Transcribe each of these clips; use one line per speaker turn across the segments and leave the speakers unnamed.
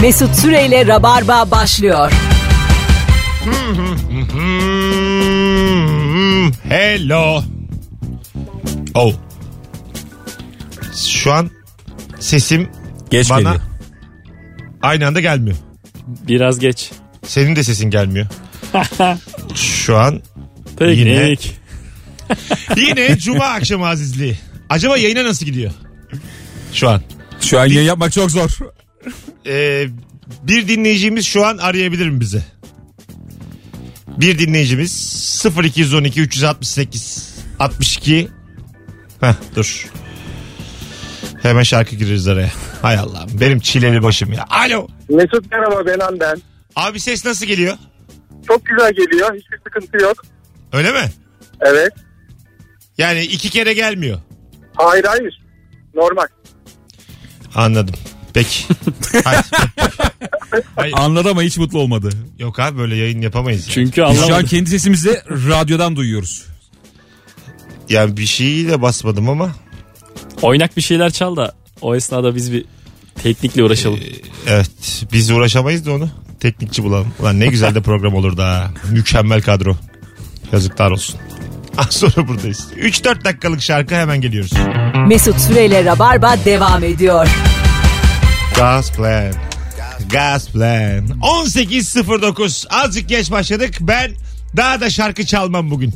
Mesut Süreyle Rabarba başlıyor.
Hmm, Hello. Oh. Şu an sesim
Geç
bana
geliyor.
aynı anda gelmiyor.
Biraz geç.
Senin de sesin gelmiyor. Şu an
Peki.
Yine.
Yine.
yine cuma akşamı azizliği. Acaba yayına nasıl gidiyor? Şu an.
Şu an yayın yapmak çok zor.
Ee, bir dinleyicimiz şu an arayabilir mi bizi? Bir dinleyicimiz 0212 368 62 Heh, dur. Hemen şarkı gireriz araya. Hay Allah'ım benim çileli başım ya. Alo.
Mesut merhaba ben Anden.
Abi ses nasıl geliyor?
Çok güzel geliyor. Hiçbir sıkıntı yok.
Öyle mi?
Evet.
Yani iki kere gelmiyor.
Hayır hayır. Normal.
Anladım. Peki. Hayır.
Anladı ama hiç mutlu olmadı.
Yok abi böyle yayın yapamayız.
Çünkü
Biz şu an
anlamadım.
kendi sesimizi radyodan duyuyoruz.
Yani bir şeyi de basmadım ama.
Oynak bir şeyler çal da o esnada biz bir teknikle uğraşalım.
Evet biz uğraşamayız da onu. Teknikçi bulalım. Ulan ne güzel de program olur da. Mükemmel kadro. Yazıklar olsun. Az sonra buradayız. 3-4 dakikalık şarkı hemen geliyoruz.
Mesut Süreyle Rabarba devam ediyor.
Gas plan. Gas plan. 18.09. Azıcık geç başladık. Ben daha da şarkı çalmam bugün.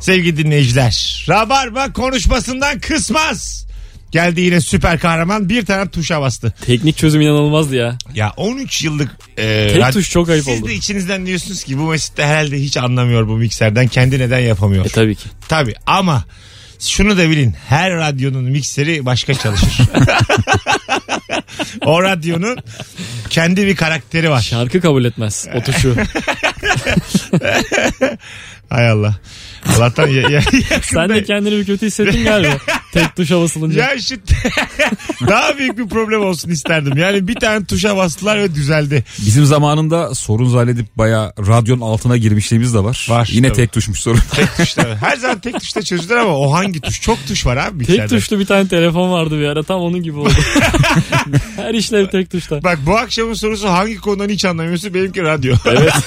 Sevgili dinleyiciler. Rabarba konuşmasından kısmaz. Geldi yine süper kahraman bir tane tuşa bastı.
Teknik çözüm inanılmazdı ya.
Ya 13 yıllık e,
Tek
rad-
tuş çok ayıp
Siz
oldu.
de içinizden diyorsunuz ki bu Mesut de herhalde hiç anlamıyor bu mikserden. Kendi neden yapamıyor.
E tabii ki.
Tabii ama şunu da bilin her radyonun mikseri başka çalışır. o radyonun kendi bir karakteri var.
Şarkı kabul etmez o tuşu.
Hay Allah. Allah'tan ya, ya- yakında-
Sen de kendini bir kötü hissettin galiba. Tek tuşa basılınca.
Ya şu daha büyük bir problem olsun isterdim. Yani bir tane tuşa bastılar ve düzeldi.
Bizim zamanında sorun zannedip baya radyonun altına girmişliğimiz de var.
Var,
Yine
tabii.
tek düşmüş sorun.
Tek tuşla. Her zaman tek tuşla çözülür ama o hangi tuş? Çok tuş var abi
Tek
mikserde.
tuşlu bir tane telefon vardı bir ara tam onun gibi oldu. Her işlev tek tuşta.
Bak bu akşamın sorusu hangi konudan hiç anlamıyorsun? Benimki radyo.
Evet.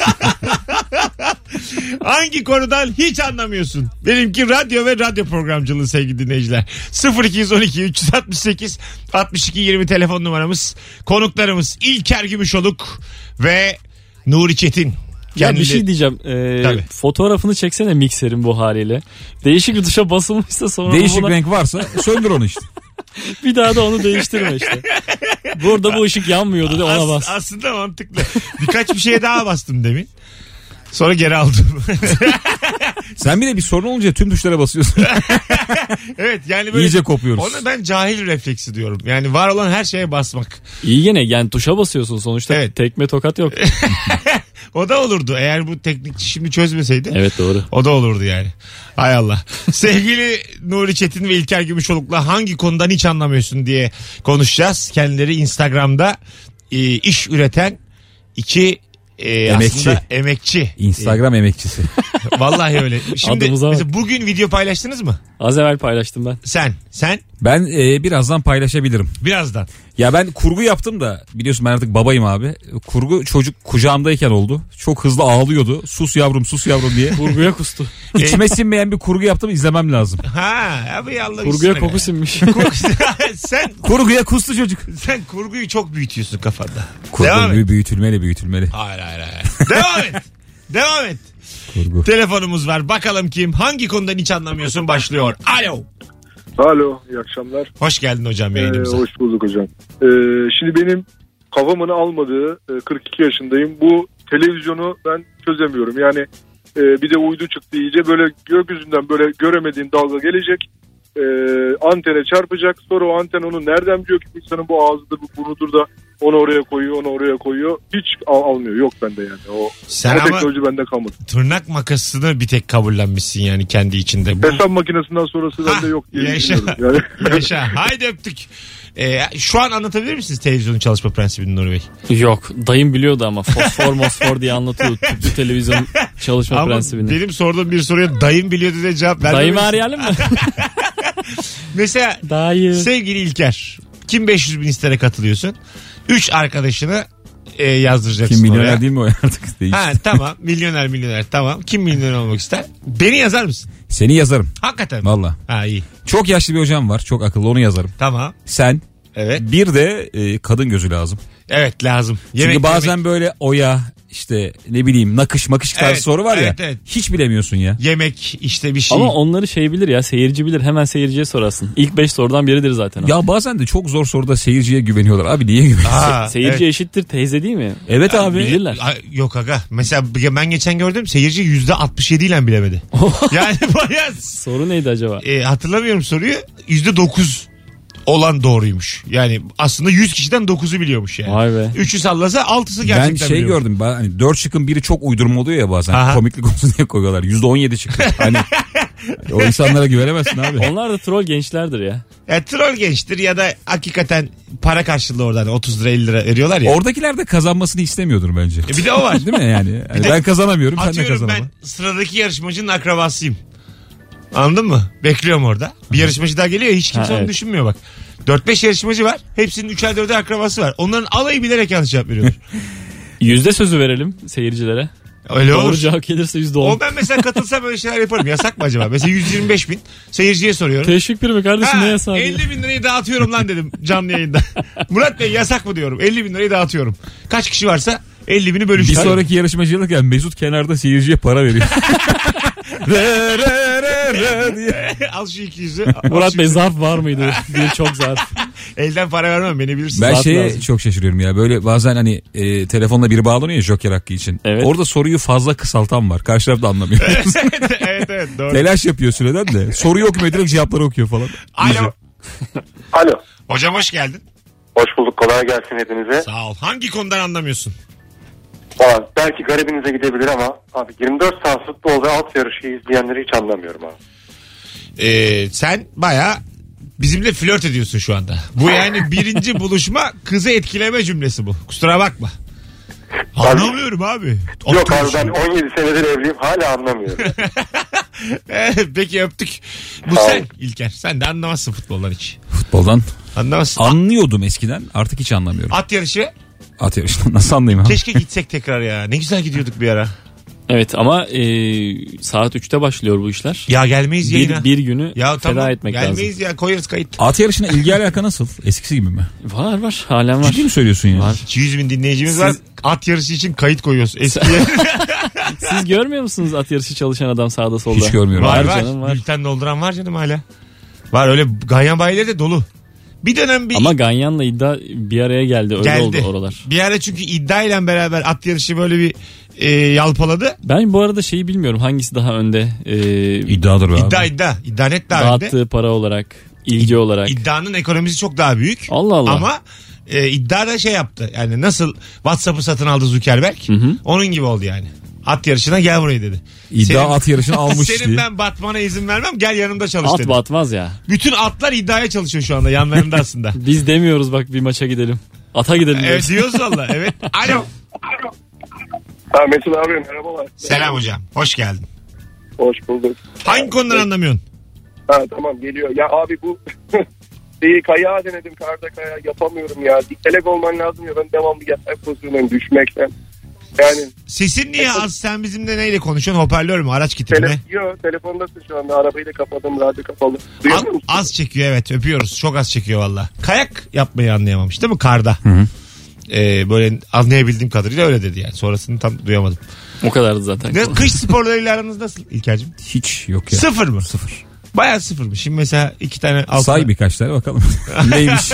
Hangi konudan hiç anlamıyorsun? Benimki radyo ve radyo programcılığı sevgili dinleyiciler. 0212 368 62 20 telefon numaramız. Konuklarımız İlker Gümüşoluk ve Nuri Çetin.
Ya bir
Kendileri-
şey diyeceğim. Ee,
Tabii.
fotoğrafını çeksene mikserin bu haliyle. Değişik bir tuşa basılmışsa sonra
Değişik
buna-
renk varsa söndür onu işte.
bir daha da onu değiştirme işte. Burada bu ışık yanmıyordu de ona
As-
bas.
Aslında mantıklı. Birkaç bir şeye daha bastım demin. Sonra geri aldım.
Sen bir de bir sorun olunca tüm tuşlara basıyorsun.
evet yani böyle.
İyice kopuyoruz.
Ona ben cahil refleksi diyorum. Yani var olan her şeye basmak.
İyi gene yani tuşa basıyorsun sonuçta.
Evet.
Tekme tokat yok.
O da olurdu eğer bu teknikçi şimdi çözmeseydi.
evet doğru.
O da olurdu yani. Hay Allah. Sevgili Nuri Çetin ve İlker Gümüşoluk'la hangi konudan hiç anlamıyorsun diye konuşacağız. Kendileri Instagram'da e, iş üreten iki e,
Emekçi.
aslında emekçi.
Instagram emekçisi.
E, vallahi öyle. Şimdi
Adımıza bak.
mesela bugün video paylaştınız mı?
Az evvel paylaştım ben.
Sen, sen
Ben e, birazdan paylaşabilirim.
birazdan.
Ya ben kurgu yaptım da biliyorsun ben artık babayım abi. Kurgu çocuk kucağımdayken oldu. Çok hızlı ağlıyordu. Sus yavrum sus yavrum diye.
Kurguya kustu.
İçime sinmeyen bir kurgu yaptım izlemem lazım.
Ha, abi Allah
Kurguya
bilsin
koku
be.
sinmiş.
Koku- sen
Kurguya kustu çocuk.
sen kurguyu çok büyütüyorsun kafanda. Devam et.
Kurgu büyü- büyütülmeli büyütülmeli.
Hayır hayır hayır. Devam et. Devam et.
Kurgu.
Telefonumuz var. Bakalım kim? Hangi konudan hiç anlamıyorsun? Başlıyor. Alo.
Alo iyi akşamlar.
Hoş geldin hocam
Ee,
yayınımıza.
hoş bulduk hocam. Ee, şimdi benim kafamın almadığı e, 42 yaşındayım. Bu televizyonu ben çözemiyorum. Yani e, bir de uydu çıktı iyice böyle gökyüzünden böyle göremediğin dalga gelecek. E, antene çarpacak. Sonra o anten onu nereden biliyor ki insanın bu ağzıdır bu burnudur da onu oraya koyuyor onu oraya koyuyor. Hiç al- almıyor yok bende yani. O,
Sen
o
ama
teknoloji bende kalmadı.
tırnak makasını bir tek kabullenmişsin yani kendi içinde. Ee, Bu
Hesap makinesinden sonrası
Ha,
bende yok diye
yaşa.
düşünüyorum. Yani,
yaşa. Haydi öptük. Ee, şu an anlatabilir misiniz televizyonun çalışma prensibini Nur Bey?
Yok dayım biliyordu ama fosfor mosfor diye anlatıyordu tüplü televizyon çalışma
Ama
prensibini.
benim sorduğum bir soruya dayım biliyordu diye cevap
Dayımı
vermemelisin.
arayalım mı?
Mesela
Dayı.
sevgili İlker kim 500 bin istere katılıyorsun? Üç arkadaşını e, yazdıracaksın
Kim milyoner
oraya.
değil mi o artık? Değil.
Ha tamam milyoner milyoner tamam. Kim milyoner olmak ister? Beni yazar mısın?
Seni yazarım
Hakikaten. mi?
valla.
Ha iyi
Çok yaşlı bir hocam var çok akıllı onu yazarım.
tamam.
Sen
Evet.
bir de e, kadın gözü lazım.
Evet lazım.
Çünkü bazen böyle oya işte ne bileyim nakış makış tarzı
Evet,
soru var ya.
evet, evet.
Hiç bilemiyorsun ya.
yemek işte bir şey.
Ama onları şey bilir ya seyirci bilir hemen seyirciye sorarsın. İlk 5 sorudan biridir zaten o.
Ya bazen de çok zor soruda seyirciye güveniyorlar. Abi niye güveniyorsun?
Aa,
Seyirci
evet.
eşittir teyze değil mi?
Evet abi.
Bilirler.
Ay, yok aga. Mesela ben geçen gördüm seyirci yüzde 67 ile bilemedi. yani bayağı
Soru neydi acaba?
e, hatırlamıyorum soruyu yüzde 9 olan doğruymuş. Yani aslında 100 kişiden 9'u biliyormuş yani.
Vay be.
3'ü sallasa 6'sı gerçekten
Ben şey
biliyormuş.
gördüm. Ben, hani 4 şıkın biri çok uydurma oluyor ya bazen.
Aha.
Komiklik olsun diye koyuyorlar. %17 çıktı. Hani o insanlara güvenemezsin abi.
Onlar da troll gençlerdir ya.
E, troll gençtir ya da hakikaten para karşılığı oradan 30 lira 50 lira veriyorlar ya.
Oradakiler de kazanmasını istemiyordur bence.
E, bir de o var.
Değil mi yani? Hani ben kazanamıyorum sen de
Atıyorum
kazanama.
ben sıradaki yarışmacının akrabasıyım. Anladın mı? Bekliyorum orada. Bir yarışmacı daha geliyor ya, hiç kimse
Ha,
onu
evet.
düşünmüyor bak. 4-5 yarışmacı var. Hepsinin 3'er 4'er akrabası var. Onların alayı bilerek yanlış cevap veriyorlar.
Yüzde sözü verelim seyircilere.
Öyle
Doğru
olur.
cevap gelirse yüzde on.
O ben mesela katılsam öyle şeyler yaparım. Yasak mı acaba? Mesela 125 bin seyirciye soruyorum.
Teşvik primi kardeşim ne
Ha,
yasağı?
50 bin lirayı dağıtıyorum lan dedim canlı yayında. Murat Bey yasak mı diyorum. 50 bin lirayı dağıtıyorum. Kaç kişi varsa 50 bini
Bir
bölüştürüyorum.
sonraki yarışmacı alırken Mesut kenarda seyirciye para veriyor. Re, re, re, re diye.
Al şu 200'ü. al
Murat
şu-
Bey zarf var mıydı? Bir çok zarf.
Elden para vermem beni bilirsin.
Ben
Saat
şeye
lazım.
çok şaşırıyorum ya böyle bazen hani e, telefonla biri bağlanıyor ya Joker hakkı için.
Evet.
Orada soruyu fazla kısaltan var. Karşı taraf da anlamıyor.
evet evet doğru.
Telaş yapıyor süreden de. Soruyu okumuyor direkt cevapları okuyor falan.
Alo.
Alo.
Hocam hoş geldin.
Hoş bulduk. Kolay gelsin hepinize.
Sağ ol. Hangi konudan anlamıyorsun?
Valla belki garibinize gidebilir ama abi 24 saat futbol ve alt yarışı izleyenleri hiç anlamıyorum abi.
Ee, sen baya bizimle flört ediyorsun şu anda. Bu yani birinci buluşma kızı etkileme cümlesi bu. Kusura bakma. Anlamıyorum abi.
Yok abi ben
Oturuyorsun.
17 senedir evliyim hala anlamıyorum.
Ee, Peki öptük. Bu
Sağ
sen
ol.
İlker. Sen de anlamazsın futboldan hiç.
Futboldan
Anlamazsın.
anlıyordum eskiden artık hiç anlamıyorum.
At yarışı.
At yarışından nasıl anlayayım abi?
Keşke gitsek tekrar ya. Ne güzel gidiyorduk bir ara.
Evet ama e, saat 3'te başlıyor bu işler.
Ya gelmeyiz yayına.
Bir, bir günü
ya
feda
tamam.
etmek
gelmeyiz
lazım.
ya. Koyarız kayıt.
At yarışına ilgi alaka nasıl? Eskisi gibi mi?
Var var halen var.
Ciddi mi söylüyorsun ya?
Var.
200 bin dinleyicimiz var. At yarışı için kayıt koyuyoruz. Eskiye.
Siz görmüyor musunuz at yarışı çalışan adam sağda solda?
Hiç görmüyorum.
Var
Var
var.
canım, var.
Bülten dolduran var canım hala. Var öyle ganyan bayileri de dolu. Bir dönem bir
Ama Ganyan'la iddia bir araya geldi. Öyle
geldi.
oldu oralar.
Bir ara çünkü iddiayla beraber at yarışı böyle bir e, yalpaladı.
Ben bu arada şeyi bilmiyorum hangisi daha önde e,
İddiadır be
İddia
abi.
iddia. İddia net daha önde.
dağıttığı para olarak, ilgi olarak.
İddianın ekonomisi çok daha büyük.
Allah Allah.
Ama e, iddia da şey yaptı. Yani nasıl WhatsApp'ı satın aldı Zuckerberg. Onun gibi oldu yani. At yarışına gel buraya dedi.
İddia
Senin-
at yarışını almış
Senin
diye.
ben batmana izin vermem gel yanımda çalış
At
dedi.
batmaz ya.
Bütün atlar iddiaya çalışıyor şu anda yanlarında aslında.
Biz demiyoruz bak bir maça gidelim. Ata gidelim
evet
diyoruz.
diyoruz valla evet. Alo.
Ha, Mesut abi merhabalar.
Selam hocam. Hoş geldin.
Hoş bulduk.
Hangi konudan anlamıyorsun?
Ha, tamam geliyor. Ya abi bu şeyi kayağı denedim karda kaya yapamıyorum ya. Diktelek olman lazım ya ben devamlı yatak pozisyonuna düşmekten. Yani
Sesin niye az? Sen bizimle neyle konuşuyorsun? Hoparlör mü? Araç kiti mi?
tele yo, telefondasın şu anda arabayı da kapadım radyo kapalı. Duyuyor
Az,
musun?
az çekiyor evet öpüyoruz. Çok az çekiyor valla. Kayak yapmayı anlayamamış değil mi? Karda. Ee, böyle anlayabildiğim kadarıyla öyle dedi yani. Sonrasını tam duyamadım.
O kadardı zaten.
Ne, kış sporlarıyla aranız nasıl İlker'cim?
Hiç yok ya.
Sıfır mı?
Sıfır.
Bayağı sıfır mı? Şimdi mesela iki tane altı.
Say birkaç tane bakalım. Neymiş?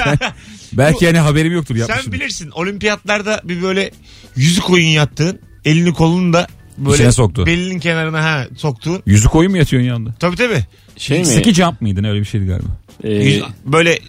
Belki yani haberim yoktur
Sen
yapmışım.
bilirsin olimpiyatlarda bir böyle yüzük oyun yattığın elini kolunu da böyle
İçine soktu.
belinin kenarına ha soktuğun.
Yüzük oyun mu yatıyorsun yanında?
Tabii tabii.
Şey mi?
Ski jump mıydın öyle bir şeydi galiba.
E,
Yüz- böyle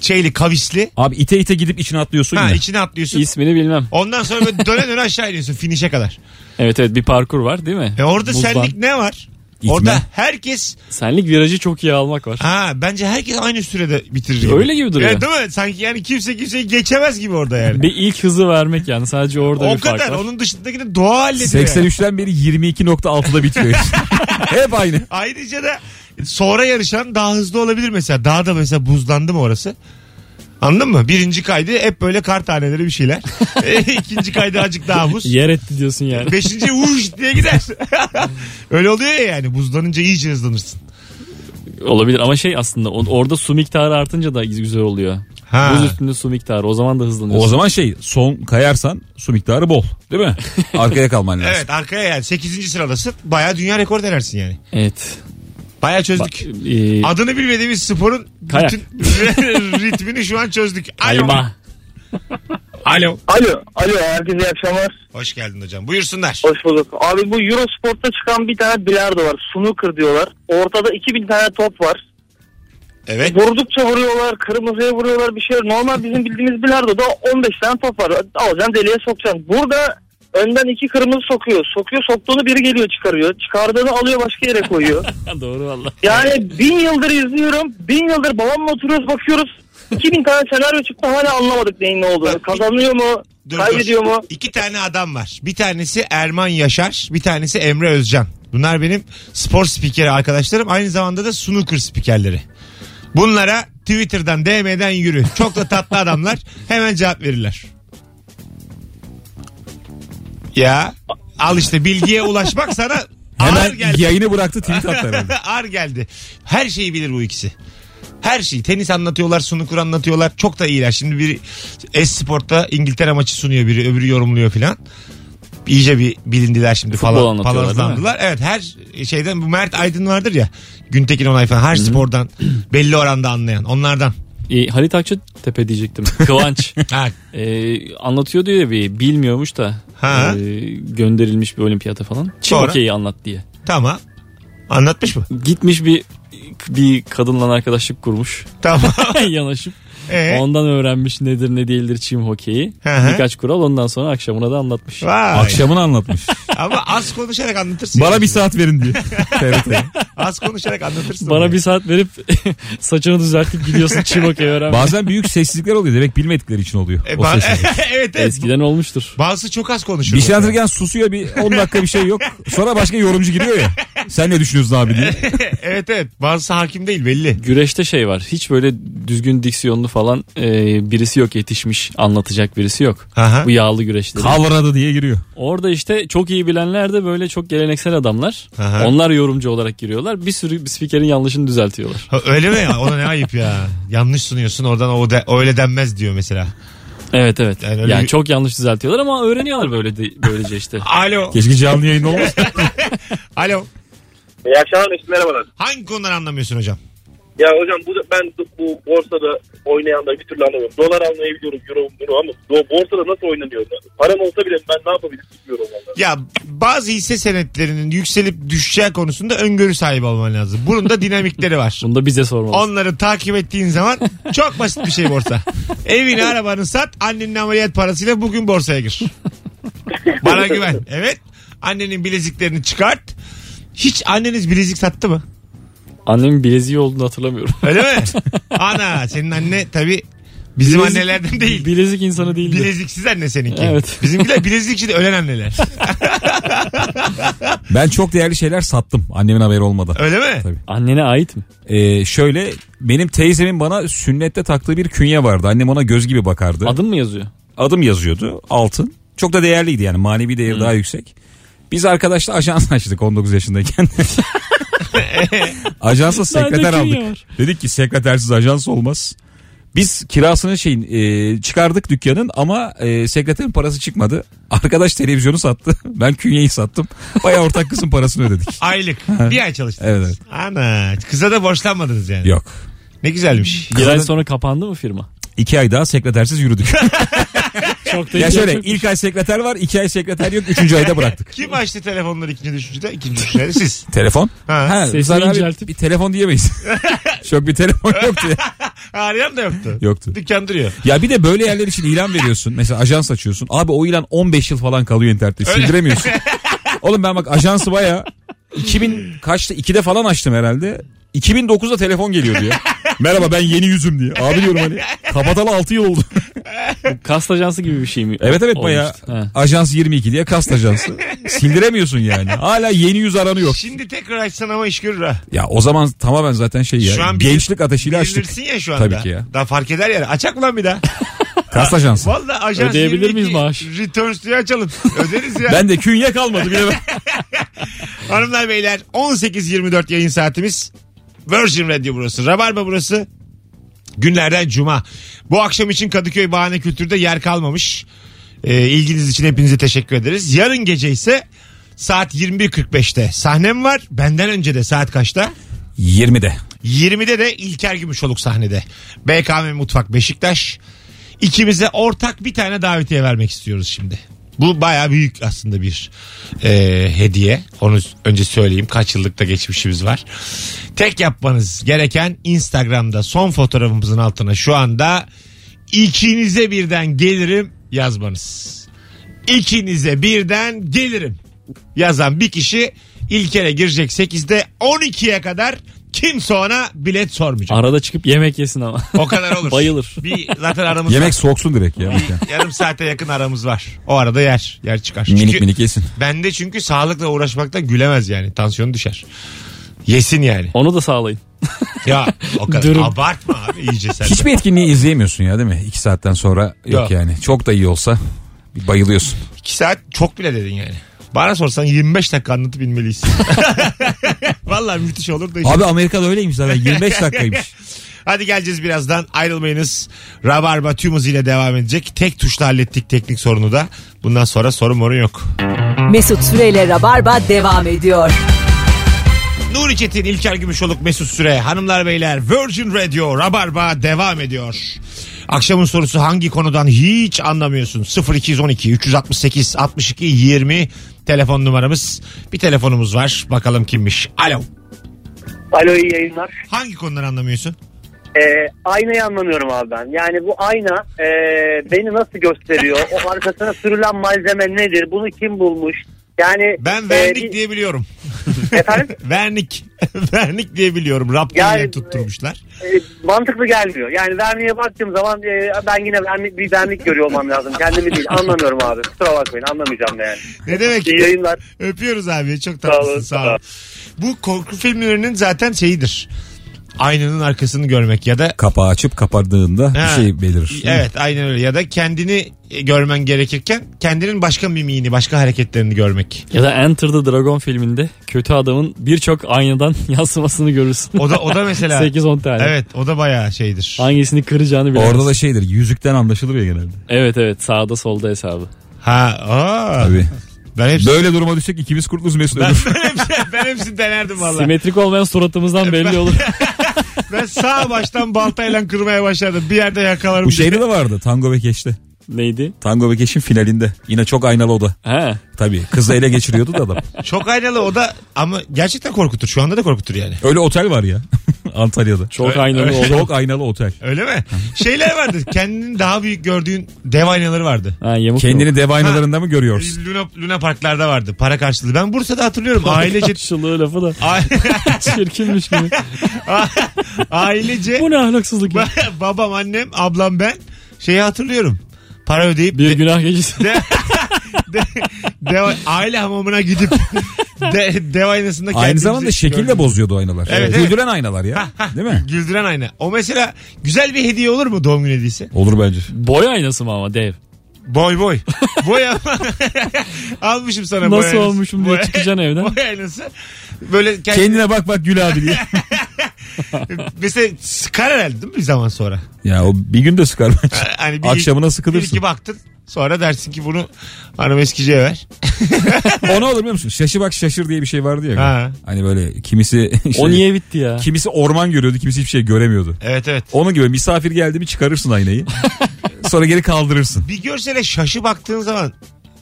şeyli kavisli.
Abi ite ite gidip içine atlıyorsun
Ha
ya.
içine atlıyorsun.
ismini bilmem.
Ondan sonra böyle döne döne aşağı iniyorsun finişe kadar.
Evet evet bir parkur var değil mi?
E orada
Buzdan.
senlik ne var?
İtme.
Orada herkes
Senlik virajı çok iyi almak var.
ha bence herkes aynı sürede bitirir gibi.
Öyle gibi duruyor.
Ya değil mi? Sanki yani kimse kimseyi geçemez gibi orada yani.
Bir ilk hızı vermek yani sadece orada
o
bir fark
kadar.
var.
Onun dışındaki de doğa hallediyor. yani.
83'ten beri 22.6'da bitiyor. Hep aynı.
Ayrıca da sonra yarışan daha hızlı olabilir mesela. Daha da mesela buzlandı mı orası? Anladın mı? Birinci kaydı hep böyle kar taneleri bir şeyler. E, İkinci kaydı acık daha buz.
Yer etti diyorsun yani.
Beşinci vuş diye gider. Öyle oluyor ya yani buzlanınca iyice hızlanırsın.
Olabilir ama şey aslında o- orada su miktarı artınca da güzel oluyor.
Ha.
Buz üstünde su miktarı o zaman da hızlanıyorsun.
O zaman şey son kayarsan su miktarı bol değil mi? Arkaya kalman lazım.
Evet arkaya yani 8. sıradasın. Baya dünya rekor denersin yani.
Evet.
Baya
Bak,
çözdük.
e,
Adını bilmediğimiz sporun
Kayak.
bütün ritmini şu an çözdük. Alo.
Kayma.
Alo.
Alo, alo herkese iyi akşamlar.
Hoş geldin hocam. Buyursunlar.
Hoş bulduk. Abi bu Eurosport'ta çıkan bir tane bilardo var. Snooker diyorlar. Ortada 2000 tane top var.
Evet.
Vurdukça vuruyorlar, kırmızıya vuruyorlar bir şey. Normal bizim bildiğimiz bilardoda 15 tane top var. Alacaksın deliğe sokacaksın. Burada önden iki kırmızı sokuyor. Sokuyor soktuğunu biri geliyor çıkarıyor. Çıkardığını alıyor başka yere koyuyor.
Doğru valla.
Yani bin yıldır izliyorum. Bin yıldır babamla oturuyoruz bakıyoruz. 2000 tane senaryo çıktı hala anlamadık neyin ne olduğunu.
Bak,
Kazanıyor mu?
Dur,
Kaybediyor
dur.
mu?
İki tane adam var. Bir tanesi Erman Yaşar, bir tanesi Emre Özcan. Bunlar benim spor spikeri arkadaşlarım. Aynı zamanda da snooker spikerleri. Bunlara Twitter'dan DM'den yürü. Çok da tatlı adamlar. Hemen cevap verirler. Ya al işte bilgiye ulaşmak sana ağır
Hemen
geldi.
yayını bıraktı tweet attı herhalde.
ağır geldi. Her şeyi bilir bu ikisi. Her şeyi. Tenis anlatıyorlar, snooker anlatıyorlar. Çok da iyiler. Şimdi biri Esport'ta İngiltere maçı sunuyor biri, öbürü yorumluyor filan. İyice bir bilindiler şimdi
Futbol
falan.
anlatıyorlar, değil mi?
Palazlandılar. Evet her şeyden bu Mert Aydın vardır ya. Güntekin Onay falan her spordan belli oranda anlayan onlardan.
E, Halit Akçatepe diyecektim. Kıvanç.
Ha,
e, anlatıyor diyor ya bir bilmiyormuş da.
Ha.
e, gönderilmiş bir olimpiyata falan. Çin
Sonra?
hokeyi anlat diye.
tamam. Anlatmış mı?
Gitmiş bir bir kadınla arkadaşlık kurmuş.
Tamam.
Yanaşıp.
Ee,
Ondan öğrenmiş nedir ne değildir çim hokeyi.
Hı hı.
Birkaç kural ondan sonra akşamına da anlatmış.
vay.
Akşamını anlatmış.
Ama az konuşarak anlatırsın.
Bana bir saat verin diye. TRT'ye.
Az konuşarak anlatırsın.
Bana
Yani.
bir saat verip saçını düzeltip gidiyorsun çim hokeyi öğrenmeye.
Bazen büyük sessizlikler oluyor demek bilmedikleri için oluyor.
E,
o
ba-
sessizlik.
evet evet.
Eskiden olmuştur.
Bazısı çok az konuşuyor.
Bir şey anlatırken susuyor bir 10 dakika bir şey yok. Sonra başka yorumcu giriyor ya. Sen ne düşünüyorsun abi diye.
evet evet. Bazısı hakim değil belli.
Güreşte şey var. Hiç böyle düzgün diksiyonlu falan e, birisi yok yetişmiş anlatacak birisi yok.
Aha.
Bu yağlı güreşte.
Kavradı diye giriyor.
Orada işte çok iyi bilenler de böyle çok geleneksel adamlar.
Aha.
Onlar yorumcu olarak giriyorlar. Bir sürü bir spikerin yanlışını düzeltiyorlar.
Ha, Öyle mi ya? Ona ne ayıp ya. Yanlış sunuyorsun oradan o de, öyle denmez diyor mesela.
Evet evet.
Yani
Yani,
öyle bir-
çok yanlış düzeltiyorlar ama öğreniyorlar böyle de- böylece işte.
Alo.
Keşke canlı yayın olmasa.
Alo.
İyi akşamlar Mesut merhabalar.
Hangi konuları anlamıyorsun hocam?
Ya hocam bu, ben bu borsada oynayan da bir türlü anlamıyorum. Dolar almayı biliyorum, euro, euro ama do- borsada nasıl oynanıyor? Param olsa bile ben ne yapabilirim bilmiyorum vallahi.
Ya bazı hisse senetlerinin yükselip düşeceği konusunda öngörü sahibi olman lazım. Bunun da dinamikleri var.
Bunu da bize sormalısın.
Onları takip ettiğin zaman çok basit bir şey borsa. Evini arabanı sat annenin ameliyat parasıyla bugün borsaya gir. Bana güven. Evet. Annenin bileziklerini çıkart. Hiç anneniz bilezik sattı mı?
Annemin bileziği olduğunu hatırlamıyorum.
Öyle mi? Ana senin anne tabi bizim
Bilezik-
annelerden değil.
Bilezik insanı değildi.
Bileziksiz anne seninki.
Evet.
Bizimkiler bilezikçi de ölen anneler.
Ben çok değerli şeyler sattım annemin haberi olmadan.
Öyle mi?
Tabii.
Annene ait mi?
Ee, şöyle benim teyzemin bana sünnette taktığı bir künye vardı. Annem ona göz gibi bakardı.
Adın mı yazıyor?
adım yazıyordu altın. Çok da değerliydi yani manevi değeri daha yüksek. Biz arkadaşla ajans açtık 19 yaşındayken. Ajansa sekreter
Bende
aldık.
künye var.
Dedik ki sekretersiz ajans olmaz. Biz kirasını şeyin e, çıkardık dükkanın ama e, sekreterin parası çıkmadı. Arkadaş televizyonu sattı. Ben künyeyi sattım. Baya ortak kızın parasını ödedik.
Aylık. bir ay çalıştınız.
Evet, evet.
Ana kıza da borçlanmadınız yani.
Yok.
Ne güzelmiş.
Bir ay sonra kapandı mı firma?
İki ay daha sekretersiz yürüdük.
Çok da
ya
ihtiyaç
şöyle
yokmuş.
ilk ay sekreter var, iki ay sekreter yok, üçüncü ayda bıraktık.
Kim açtı telefonları ikinci düşüncede? İkinci düşüncede siz.
Telefon?
Ha.
Ha,
Sesini
Rıza abi,
inceltip.
bir telefon diyemeyiz. Çok bir telefon yoktu. ya.
Arayan da yoktu.
Yoktu.
Dükkan duruyor.
Ya bir de böyle yerler için ilan veriyorsun. Mesela ajans açıyorsun. Abi o ilan 15 yıl falan kalıyor internette.
Öyle.
Sildiremiyorsun. Oğlum ben bak ajansı baya 2000 kaçta 2'de falan açtım herhalde. 2009'da telefon geliyor diyor. Merhaba ben yeni yüzüm diye. Abi diyorum hani kapatalı 6 yıl oldu.
Kast ajansı gibi bir şey mi?
Evet evet
olmuştu?
bayağı
Ha.
ajans 22 diye kast ajansı. Sildiremiyorsun yani. Hala yeni yüz aranıyor.
Şimdi tekrar açsan ama iş görür ha.
Ya o zaman tamamen zaten şey ya.
Şu an bir-
gençlik ateşiyle açtık.
Bilirsin ya şu anda.
Tabii ki ya.
Daha fark eder yani. Açak mı lan bir daha?
Kast ajansı.
Valla ajans
Ödeyebilir
22
miyiz maaş?
Returns diye açalım. Öderiz ya.
Ben de künye kalmadı bile. ben.
Hanımlar beyler 18.24 yayın saatimiz. Virgin Radio burası. Rabarba burası. Günlerden cuma. Bu akşam için Kadıköy Bahane Kültür'de yer kalmamış. Ee, ilginiz için hepinize teşekkür ederiz. Yarın gece ise saat 21.45'te sahnem var. Benden önce de saat kaçta?
20'de.
20'de de İlker Gümüşoluk sahnede. BKM Mutfak Beşiktaş. İkimize ortak bir tane davetiye vermek istiyoruz şimdi. Bu baya büyük aslında bir e, hediye. Onu önce söyleyeyim. Kaç yıllık da geçmişimiz var. Tek yapmanız gereken Instagram'da son fotoğrafımızın altına şu anda ikinize birden gelirim yazmanız. İkinize birden gelirim yazan bir kişi İlker'e girecek 8'de 12'ye kadar kimse ona bilet sormayacak.
Arada çıkıp yemek yesin ama.
O kadar olur.
Bayılır.
Bir zaten aramız var.
Yemek soğuksun direkt ya.
Yarım saate yakın aramız var. O arada yer. Yer çıkar.
minik
Çünkü
minik yesin.
Bende çünkü sağlıkla uğraşmaktan gülemez yani. Tansiyonu düşer. Yesin yani.
Onu da sağlayın.
Ya o kadar
Dürüm.
abartma abi iyice sen.
Hiçbir etkinliği izleyemiyorsun ya değil mi? 2 saatten sonra yok,
Yok.
yani. Çok da iyi olsa bir bayılıyorsun.
2 saat çok bile dedin yani. Bana sorsan 25 dakika anlatıp inmeliyiz. Vallahi müthiş olur da. işte.
Abi Amerika'da öyleymiş zaten 25 dakikaymış.
Hadi geleceğiz birazdan ayrılmayınız. Rabarba tüm hızıyla devam edecek. Tek tuşla hallettik teknik sorunu da. Bundan sonra sorun morun yok.
Mesut Süreyle Rabarba devam ediyor.
Nuri Çetin, İlker Gümüşoluk, Mesut Süre. Hanımlar beyler Virgin Radio Rabarba devam ediyor. Akşamın sorusu hangi konudan hiç anlamıyorsun? 0212 368 62 20 telefon numaramız. Bir telefonumuz var. Bakalım kimmiş? Alo.
Alo iyi yayınlar.
Hangi konudan anlamıyorsun?
Ee, aynayı anlamıyorum abi ben. Yani bu ayna e, beni nasıl gösteriyor? O arkasına sürülen malzeme nedir? Bunu kim bulmuş? Yani
Ben
e,
vernik
bir-
diye biliyorum.
efendim
Vernik. vernik diye biliyorum. Raptiyle
Yani-
tutturmuşlar.
e, mantıklı gelmiyor. Yani verniğe baktığım zaman e, ben yine vernik, bir vernik görüyor olmam lazım. Kendimi değil anlamıyorum abi. Kusura bakmayın anlamayacağım da yani.
Ne demek?
İyi yayınlar.
Öpüyoruz abi. Çok
Sağ olun,
tatlısın. Sağ
sağ
ol.
ol.
Bu korku filmlerinin zaten şeyidir. Aynanın arkasını görmek ya da
Kapağı açıp kapardığında
Ha.
bir şey belirir.
Evet aynen öyle ya da kendini e, görmen gerekirken kendinin başka mimiğini başka hareketlerini görmek.
Ya da Enter the Dragon filminde kötü adamın birçok aynadan yansımasını görürsün.
O da o da mesela
8-10 tane.
evet o da bayağı şeydir.
Hangisini kıracağını bilemez.
Orada da şeydir yüzükten anlaşılır ya genelde.
Evet evet sağda solda hesabı.
Ha aa,
Tabii.
ben hepsi
Böyle duruma düşsek ikimiz kurtuluz Mesut
ben,
Özil.
ben hepsi, ben hepsini denerdim valla.
Simetrik olmayan suratımızdan belli olur.
Ben sağ baştan baltayla kırmaya başladım. Bir yerde yakalarım.
Bu şeyde de vardı Tango ve Keş'te.
Neydi?
Tango ve Keş'in finalinde. Yine çok aynalı oda.
Ha.
Tabii kızla ele geçiriyordu da adam.
Çok aynalı o da ama gerçekten korkutur. Şu anda da korkutur yani.
Öyle otel var ya Antalya'da.
Çok aynalı oldu.
Çok aynalı otel.
Öyle mi? Şeyler vardı. Kendini daha büyük gördüğün dev aynaları vardı.
Ha, yamuk yumuk.
Kendini dev aynalarında mı görüyorsun?
Luna, Luna parklarda vardı. Para karşılığı. Ben Bursa'da hatırlıyorum. Ailece
Karşılığı lafı da
A-
çirkinmiş gibi.
Ailece
Bu ne ahlaksızlık ya.
ba- babam annem ablam ben şeyi hatırlıyorum. Para ödeyip
Bir günah gecesi.
de, de, de- aile hamamına gidip de, dev aynasında
Aynı
kendimizi
zamanda şekil de
gördük.
bozuyordu aynalar.
Evet, evet.
Güldüren aynalar ya. Değil mi?
Güldüren ayna. O mesela güzel bir hediye olur mu doğum günü hediyesi?
Olur bence.
Boy aynası mı ama dev?
Boy boy. Boy ama- almışım sana boy
Nasıl
aynası.
olmuşum diye
Boy-
çıkacaksın evden.
Boy aynası. Böyle kend-
Kendine bak bak Gül abi diye.
mesela sıkar herhalde değil mi bir zaman sonra?
ya o bir gün de sıkar bence.
Hani
Akşamına
bir
sıkılırsın.
iki baktın sonra dersin ki bunu hanım eskiciye ver.
o ne olur biliyor musun? Şaşı bak şaşır diye bir şey vardı ya.
Ha.
Hani böyle kimisi şey-
O niye bitti ya?
kimisi orman görüyordu, kimisi hiçbir şey göremiyordu.
Evet evet.
Onun gibi misafir geldi mi çıkarırsın aynayı. Sonra geri kaldırırsın.
bir görsele şaşı baktığın zaman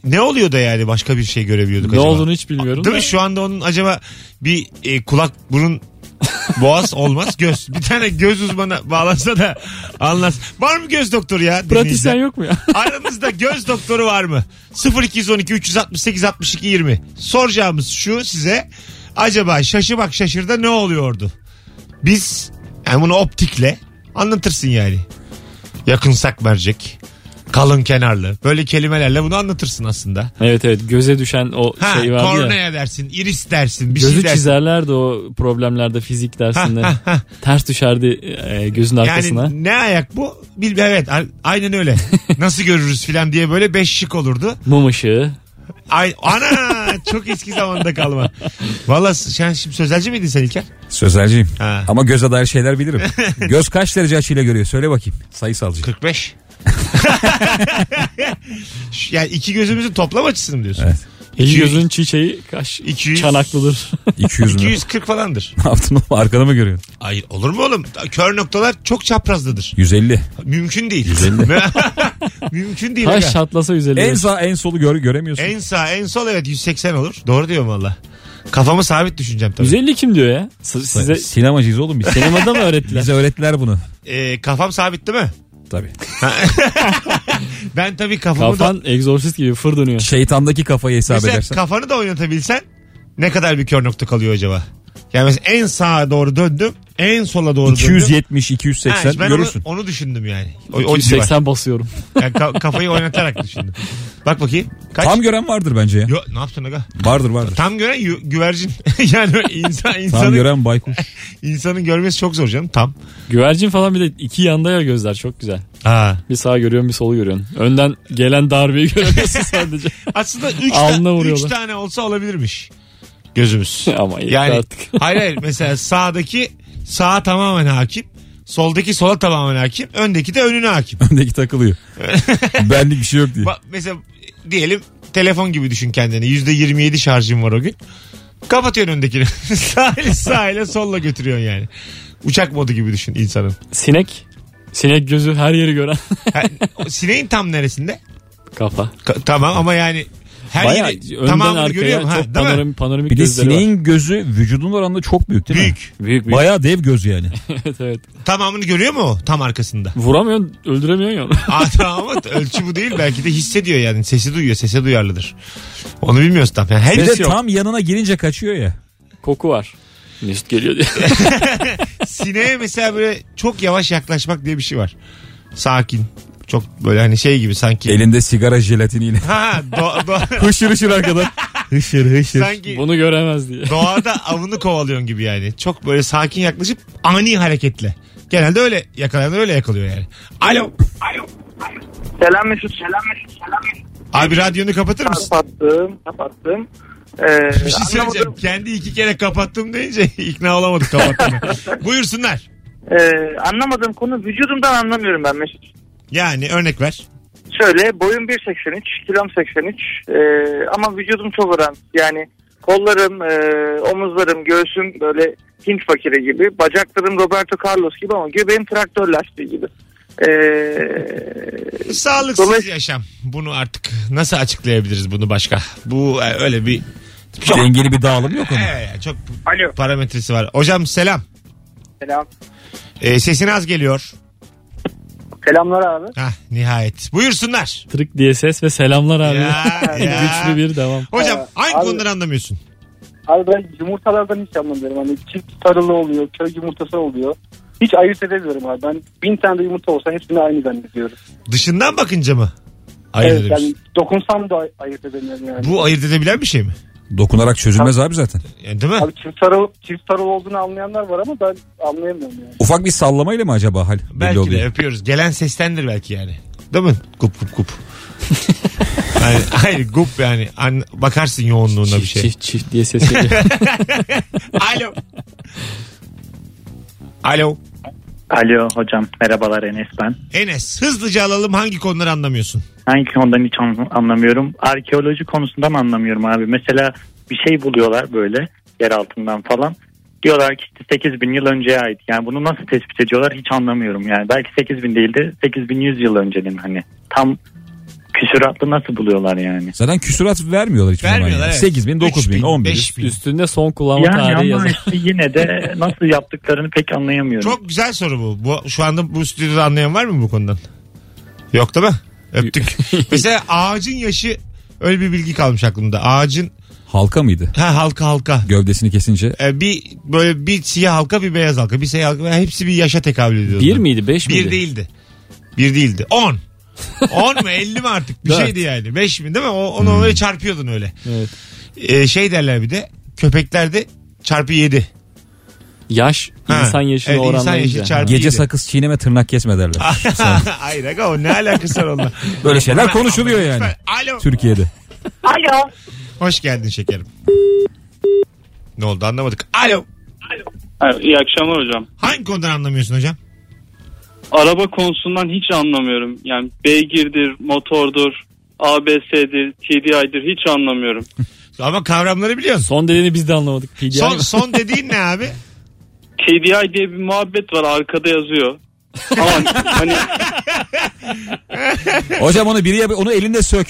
ne oluyor da yani başka bir şey görebiliyorduk
Ne
acaba?
olduğunu hiç bilmiyorum.
Değil
da.
mi? Şu anda onun acaba bir e, kulak, burun, boğaz olmaz göz. Bir tane göz uzmanı bağlansa da anlas. Var mı göz doktoru ya?
Pratisyen
dinleyiciler?
yok mu ya?
Aranızda göz doktoru var mı? 0212 368 62 20. Soracağımız şu size. Acaba şaşı bak şaşırda ne oluyordu? Biz yani bunu optikle anlatırsın yani. Yakınsak mercek. kalın kenarlı. Böyle kelimelerle bunu anlatırsın aslında.
Evet evet göze düşen o
Ha,
şey vardı ya.
kornea dersin, iris dersin, bir
Gözü
şey dersin.
çizerlerdi o problemlerde fizik dersinde.
Ha, ha, ha.
Ters düşerdi e, gözün arkasına.
Yani ne ayak bu? Bil evet a- aynen öyle. Nasıl görürüz filan diye böyle beş şık olurdu.
Mum ışığı.
Ay ana çok eski zamanda kalma. Valla sen şimdi sözelci miydin sen İlker?
Sözelciyim.
Ha.
Ama göze dair şeyler bilirim. Göz kaç derece açıyla görüyor? Söyle bakayım. Sayısalcı.
45. yani iki gözümüzün toplam açısı mı diyorsun?
Evet.
Eli
200
gözün çiçeği kaş
200
çanaklıdır.
200 mü?
240 falandır.
Ne yaptın oğlum? Arkada mı görüyorsun?
Hayır olur mu oğlum? Kör noktalar çok çaprazlıdır.
150.
Mümkün değil. Mümkün değil. aga.
Taş çatlasa üzerine.
En sağ en solu gör, göremiyorsun.
En sağ en sol evet 180 olur. Doğru diyorum valla. Kafamı sabit düşüneceğim tabii.
150 kim diyor ya? S- Size
Sinemacıyız oğlum biz.
sinemada mı öğrettiler?
Bize öğrettiler bunu.
Ee, kafam sabit değil mi?
Tabii.
Ben tabii kafamı da...
Kafan egzorsist gibi fır dönüyor.
Şeytandaki kafayı hesap
Mesela
edersen.
kafanı da oynatabilsen ne kadar bir kör nokta kalıyor acaba? Yani mesela en sağa doğru döndüm, en sola doğru döndüm.
270
Ha,
280
ben
görürsün.
Onu, onu düşündüm yani. O, o civar.
180 basıyorum.
Yani ka- kafayı oynatarak düşündüm. Bak bakayım. Kaç?
Tam gören vardır bence ya.
Yo, ne yaptın aga?
Vardır vardır.
Tam gören yü- güvercin. yani insan,
Tam
insanın,
gören baykuş.
insanın görmesi çok zor canım. Tam.
Güvercin falan bir de iki yanda ya gözler çok güzel.
Ha.
Bir sağ görüyorsun bir solu görüyorsun. Önden gelen darbeyi görüyorsun sadece.
Aslında 3
Alnına
ta- üç
vuruyorlar.
tane olsa olabilirmiş. Gözümüz.
Ama yeter
Yani
artık.
hayır hayır mesela sağdaki sağa tamamen hakim. Soldaki sola tamamen hakim. Öndeki de önüne hakim.
Öndeki takılıyor. Benlik bir şey yok diye.
Ba- mesela diyelim telefon gibi düşün kendini. %27 şarjın var o gün. Kapatıyorsun öndekini. sahile sahile solla götürüyorsun yani. Uçak modu gibi düşün insanın.
Sinek. Sinek gözü her yeri gören
Ha, o sineğin tam neresinde?
kafa.
Ka- tamam ama yani her
Baya
yeri
önden
tamamını
arkaya
görüyorum.
çok
Ha, değil mi?
panoramik, panoramik
Bir de
gözleri var.
sineğin gözü vücudun oranında çok büyük değil mi?
Büyük.
Büyük büyük.
Bayağı dev göz yani.
evet, evet.
Tamamını görüyor mu o? Tam arkasında.
Vuramıyorsun öldüremiyorsun ya onu.
Aa, tamam ama ölçü bu değil. Belki de hissediyor yani. Sesi duyuyor. Sese duyarlıdır. Onu bilmiyoruz tam. Yani şey
Bir de
hepsi
tam yanına girince kaçıyor ya.
Koku var. Mesut geliyor diye.
sineğe mesela böyle çok yavaş yaklaşmak diye bir şey var. Sakin. Çok böyle hani şey gibi sanki.
Elinde sigara jelatiniyle.
Ha, do- do-
hışır hışır arkadan. hışır hışır.
sanki
Bunu göremez diye.
doğada avını kovalıyorsun gibi yani. Çok böyle sakin yaklaşıp ani hareketle. Genelde öyle yakalayanlar öyle yakalıyor yani. Alo.
Selam Mesut. Selam Mesut. Selam Mesut.
Abi radyonu kapatır mısın?
Kapattım. Kapattım. Ee,
Bir şey söyleyeceğim.
anlamadım.
Kendi iki kere kapattım deyince ikna olamadık kapattığını. Buyursunlar.
Ee, anlamadığım konu vücudumdan anlamıyorum ben Mesut.
Yani örnek ver.
Şöyle boyum 1.83, kilom 83 Ee, ama vücudum çok oran. Yani kollarım, e, omuzlarım, göğsüm böyle Hint fakiri gibi. Bacaklarım Roberto Carlos gibi ama göbeğim traktör lastiği gibi. Ee,
Sağlıksız
Dolayıs-
yaşam. Bunu artık nasıl açıklayabiliriz bunu başka? Bu e, öyle bir çok,
Dengeli bir dağılım yok onun.
e, çok
Alo.
parametresi var. Hocam selam.
Selam.
E, sesin az geliyor.
Selamlar abi.
Hah nihayet. Buyursunlar.
Trik diye ses ve selamlar abi.
Ya, ya.
Güçlü bir devam.
Hocam
Ee,
hangi
abi-
konuları anlamıyorsun?
Abi ben yumurtalardan hiç anlamıyorum. Hani çift sarılı oluyor, köy yumurtası oluyor. Hiç ayırt edemiyorum abi. Ben bin tane de yumurta olsa hepsini aynı zannediyorum.
Dışından bakınca mı? Ayırt
evet
edemiyorsun.
yani dokunsam da ay- ayırt edemiyorum yani.
Bu ayırt edebilen bir şey mi?
Dokunarak çözülmez abi zaten.
Yani değil mi?
Abi çift sarılı, çift sarılı olduğunu anlayanlar var ama ben anlayamıyorum yani.
Ufak bir sallamayla mı acaba hal? Belli
belki de
oluyor.
öpüyoruz. Gelen sestendir belki yani. Değil mi? Gup gup gup. yani, hayır gup yani. An- bakarsın yoğunluğuna bir şey.
Çift, çift çift diye ses geliyor.
Alo. Alo.
Alo hocam merhabalar Enes ben.
Enes hızlıca alalım hangi konuları anlamıyorsun?
Hangi konudan hiç an- anlamıyorum. Arkeoloji konusundan anlamıyorum abi. Mesela bir şey buluyorlar böyle yer altından falan. Diyorlar ki işte 8000 yıl önceye ait. Yani bunu nasıl tespit ediyorlar hiç anlamıyorum. Yani belki 8000 değil de 8100 yıl öncenin hani tam küsuratlı nasıl buluyorlar yani.
Zaten küsurat vermiyorlar hiçbir zaman.
Vermiyorlar
Yani.
evet.
8 bin, 9 bin, 10 bin.
5 bin.
Üstünde son kullanma
Yani
tarihi
ama
yazar.
işte yine de nasıl yaptıklarını pek anlayamıyorum.
Çok güzel soru bu. bu. Şu anda bu stüdyoda anlayan var mı bu konudan? Yok değil mi? Öptük. Mesela ağacın yaşı öyle bir bilgi kalmış aklımda. Ağacın
Halka mıydı?
ha halka halka.
Gövdesini kesince.
Ee, bir böyle bir siyah halka bir beyaz halka bir siyah halka hepsi bir yaşa tekabül ediyordu.
Bir miydi beş
Bir
miydi?
değildi. Bir değildi. 10. 10 mu 50 mi artık bir
Dört. Hmm.
şeydi yani. 5 mi değil mi? O, onu oraya çarpıyordun öyle.
Evet.
Ee, şey derler bir de köpekler de çarpı 7.
Yaş
Ha,
insan yaşına
evet, insan
oranlayınca.
yaşı çarpı-
Gece
İyiydi. Ah.
sakız çiğneme tırnak kesme derler.
Hayır aga o ne alakası var onunla.
Böyle şeyler
Ama-
konuşuluyor
ama lütfen.
yani.
Alo.
Türkiye'de.
Alo.
Hoş geldin şekerim. Ne oldu anlamadık. Alo.
iyi akşamlar hocam.
Hangi konudan anlamıyorsun hocam?
Araba konusundan hiç anlamıyorum. Yani beygirdir, motordur, ABS'dir, TDI'dir hiç anlamıyorum.
Ama kavramları biliyorsun.
Son dediğini biz de anlamadık. PDI
Son, son dediğin ne abi?
TDI diye bir muhabbet var arkada yazıyor. Ama hani
Hocam onu biri yap- onu elinde sök.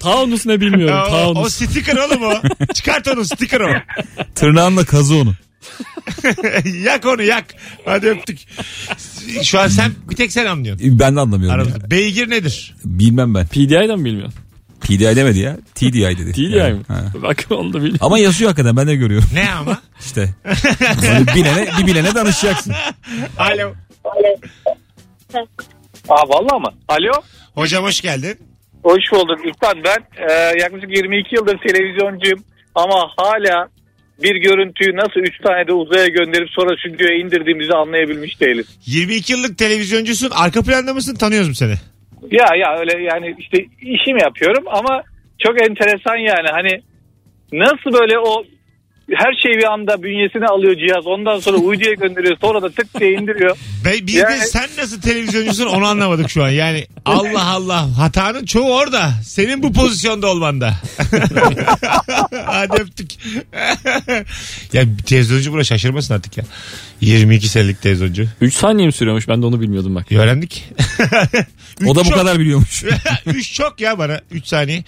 Taunus ne bilmiyorum.
o, o,
Taunus.
sticker oğlum o. Çıkart onu sticker o.
Tırnağınla kazı onu.
yak onu yak. Hadi öptük. Şu an sen bir tek sen anlıyorsun.
Ben de anlamıyorum. ya.
Aramızda. Beygir nedir?
Bilmem ben.
PDI'den mi bilmiyorsun?
PDI demedi ya. TDI dedi.
TDI
Yani,
mi?
ha.
Bak onu da bilmiyorum.
Ama yazıyor hakikaten ben de görüyorum
Ne ama?
işte. Hani bilene, bir bilene danışacaksın.
Alo.
Aa vallahi mı? Alo.
Hocam hoş geldin.
Hoş bulduk İhsan ben e, yaklaşık 22 yıldır televizyoncuyum ama hala bir görüntüyü nasıl 3 tane de uzaya gönderip sonra stüdyoya indirdiğimizi anlayabilmiş değiliz.
22 yıllık televizyoncusun. Arka planda mısın? Tanıyoruz mu seni?
Ya ya öyle yani işte işim yapıyorum ama çok enteresan yani hani nasıl böyle o her şeyi bir anda bünyesine alıyor cihaz ondan sonra uyduya gönderiyor sonra da tık diye indiriyor.
Be, biz de
Yani-
sen nasıl televizyoncusun onu anlamadık şu an. Yani Allah Allah hatanın çoğu orada. Senin bu pozisyonda olmanda. Hadi öptük. ya televizyoncu buna şaşırmasın artık ya. 22 senelik televizyoncu.
3 saniye mi sürüyormuş? Ben de onu bilmiyordum bak.
Bir Öğrendik.
O da bu
Üç çok-
kadar biliyormuş.
Üç çok ya bana. Üç saniye.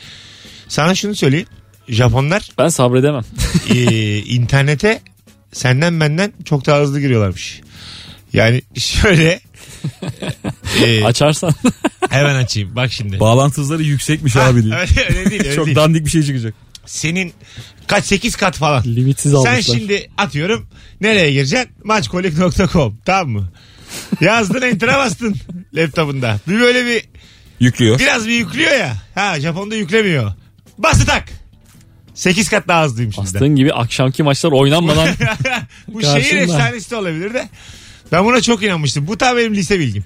Sana şunu söyleyeyim. Japonlar
Ben sabredemem.
e, internete senden benden çok daha hızlı giriyorlarmış. Yani şöyle e,
Açarsan.
hemen açayım. Bak şimdi.
Bağlantı hızları yüksekmiş abi diyor.
öyle, öyle değil. Öyle
Çok
değil.
dandik bir şey çıkacak.
Senin kaç 8 kat falan.
Limitsiz
Sen
almışlar.
şimdi atıyorum nereye gireceksin? Maçkolik.com tamam mı? Yazdın enter'a bastın laptopunda. Bir böyle bir
Yüklüyor.
biraz bir yüklüyor ya. Ha Japon'da yüklemiyor. Bası tak. 8 kat daha hızlıyım şimdi.
Bastığın gibi akşamki maçlar oynanmadan
Bu
Karşımda.
şehir efsanesi de olabilir de. Ben buna çok inanmıştım. Bu tam benim lise bilgim.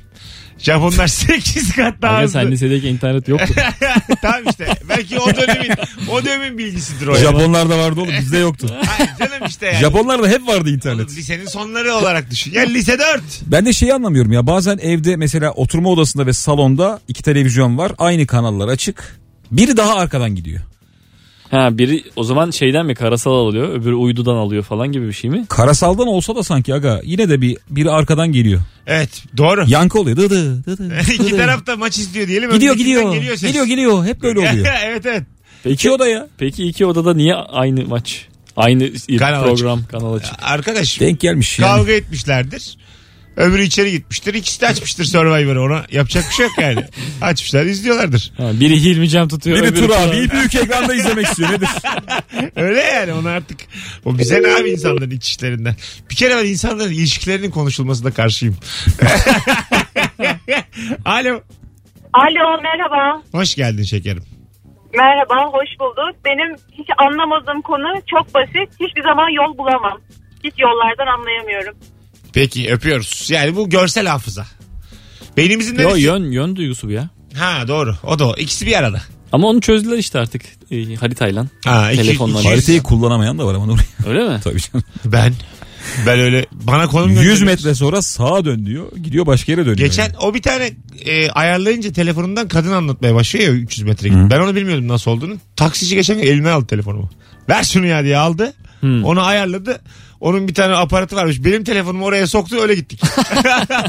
Japonlar 8 kat daha
Aga
hızlı.
sen lisedeki internet yoktu.
tamam işte. Belki o dönemin o dönemin bilgisidir o. ya.
Japonlarda vardı oğlum bizde yoktu.
Hayır canım işte yani.
Japonlarda hep vardı
Oğlum,
internet.
Lisenin sonları olarak düşün. Ya lise 4.
Ben de şeyi anlamıyorum ya bazen evde mesela oturma odasında ve salonda iki televizyon var aynı kanallar açık. Biri daha arkadan gidiyor.
ha biri o zaman şeyden mi karasal alıyor öbürü uydudan alıyor falan gibi bir şey mi?
Karasaldan olsa da sanki aga yine de bir biri arkadan geliyor.
Evet doğru.
Yankı oluyor. Dıdı, dıdı,
İki
dıdı.
taraf da maç istiyor diyelim.
Gidiyor
Öndekinden
gidiyor. Geliyor,
ses.
geliyor Hep böyle oluyor.
evet evet.
İki
Peki,
odaya.
peki iki odada niye aynı maç? Aynı
Kanal
program kanal açık.
Arkadaş
Denk gelmiş yani.
Şey, kavga etmişlerdir. Öbürü içeri gitmiştir. İkisi de açmıştır Survivor'ı. Ona yapacak bir şey yok yani. Açmışlar izliyorlardır.
Ha, biri Hilmi Cem tutuyor.
Biri
öbürü
tur
Turan.
abi büyük ekranda izlemek istiyor nedir?
Öyle yani onu artık. O bize ne abi insanların iç işlerinden. Bir kere ben insanların ilişkilerinin konuşulmasına karşıyım. Alo.
Alo merhaba.
Hoş geldin şekerim.
Merhaba hoş bulduk. Benim hiç anlamadığım konu çok basit. Hiçbir zaman yol bulamam. Hiç yollardan anlayamıyorum.
Peki öpüyoruz. Yani bu görsel hafıza. Beynimizin
Yo,
neresi?
yön, yön duygusu bu ya.
Ha doğru. O da o. İkisi bir arada.
Ama onu çözdüler işte artık e, haritayla.
Ha, iki-
Telefonla.
iki-
Haritayı kullanamayan da var ama oraya.
Öyle mi?
Tabii canım.
Ben. Ben öyle bana konum
100
gönderiyor.
metre sonra sağa dön diyor. Gidiyor başka yere dönüyor.
Geçen o bir tane e, ayarlayınca telefonundan kadın anlatmaya başlıyor ya 300 metre gibi. Ben onu bilmiyordum nasıl olduğunu. Taksici geçen gün elime aldı telefonumu. Ver şunu ya diye aldı. Onu ayarladı. Onun bir tane aparatı varmış. Benim telefonumu oraya soktu öyle gittik.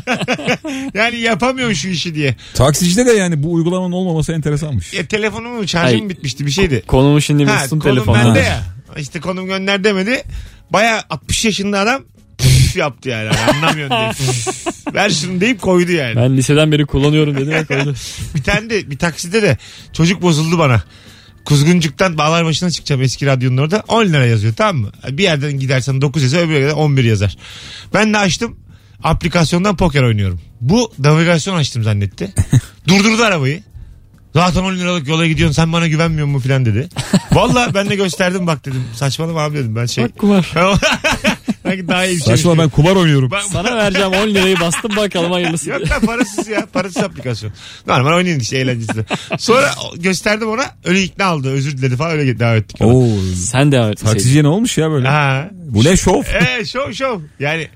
yani yapamıyorum şu işi diye.
Taksicide de yani bu uygulamanın olmaması enteresanmış.
E, telefonumun şarjım
Ay,
bitmişti bir şeydi.
Konumu şimdi
Ha,
bulsun
konum
telefonla.
bende
Ha.
ya. İşte konum gönder demedi. Baya 60 yaşında adam püf yaptı yani. Anlamıyorsun diye. Ver şunu deyip koydu yani.
Ben liseden beri kullanıyorum dedim. ya, koydu.
Bir tane de bir takside de çocuk bozuldu bana. Kuzguncuk'tan Bağlar başına çıkacağım eski radyonun orada. 10 lira yazıyor tamam mı? Bir yerden gidersen 9 yazar öbür yerden 11 yazar. Ben de açtım. Aplikasyondan poker oynuyorum. Bu navigasyon açtım zannetti. Durdurdu arabayı. Zaten 10 liralık yola gidiyorsun sen bana güvenmiyor mu filan dedi. Valla ben de gösterdim bak dedim. Saçmalama abi dedim ben şey. Bak
kumar.
Sanki daha iyi bir şey.
Saçma ben kumar oynuyorum.
Sana vereceğim 10 lirayı bastım bakalım hayırlısı.
Yok lan parasız ya. Parasız aplikasyon. Normal oynayın işte eğlencesi. de. Sonra gösterdim ona. Öyle ikna aldı. Özür diledi falan öyle devam ettik. ona.
Oo,
Sen de evet.
taksiciye ne olmuş ya böyle?
Ha.
Bu ne şov?
Ee, şov şov. Yani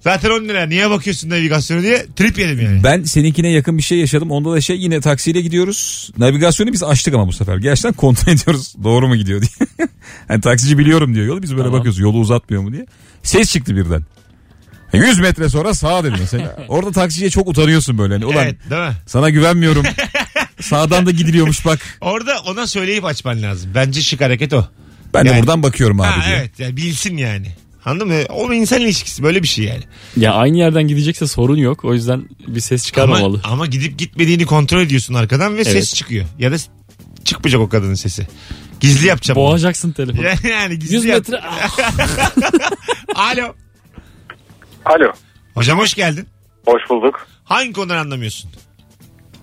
zaten 10 lira. Niye bakıyorsun navigasyona diye trip yedim yani.
Ben seninkine yakın bir şey yaşadım. Onda da şey yine taksiyle gidiyoruz. Navigasyonu biz açtık ama bu sefer. Gerçekten kontrol ediyoruz. Doğru mu gidiyor diye. hani taksici biliyorum diyor yolu. Biz böyle
Tamam.
bakıyoruz. Yolu uzatmıyor mu diye. Ses çıktı birden. 100 metre sonra sağa dedi mesela. Orada taksiciye çok utanıyorsun böyle. Hani, Ulan
Evet değil mi?
sana güvenmiyorum. Sağdan da gidiliyormuş bak.
Orada ona söyleyip açman lazım. Bence şık hareket o.
Ben de
Yani-
buradan bakıyorum abi
Ha,
diye.
evet yani bilsin yani. Anladın mı? O insan ilişkisi böyle bir şey yani.
Ya aynı yerden gidecekse sorun yok. O yüzden bir ses
Ama,
çıkarmamalı.
ama gidip gitmediğini kontrol ediyorsun arkadan ve ses
Evet.
çıkıyor. Ya da çıkmayacak o kadının sesi. Gizli yapacağım. bunu.
Boğacaksın telefonu.
yani gizli
100
yap-
metre. Ah,
Alo.
Alo.
Hocam hoş geldin.
Hoş bulduk.
Hangi konudan anlamıyorsun?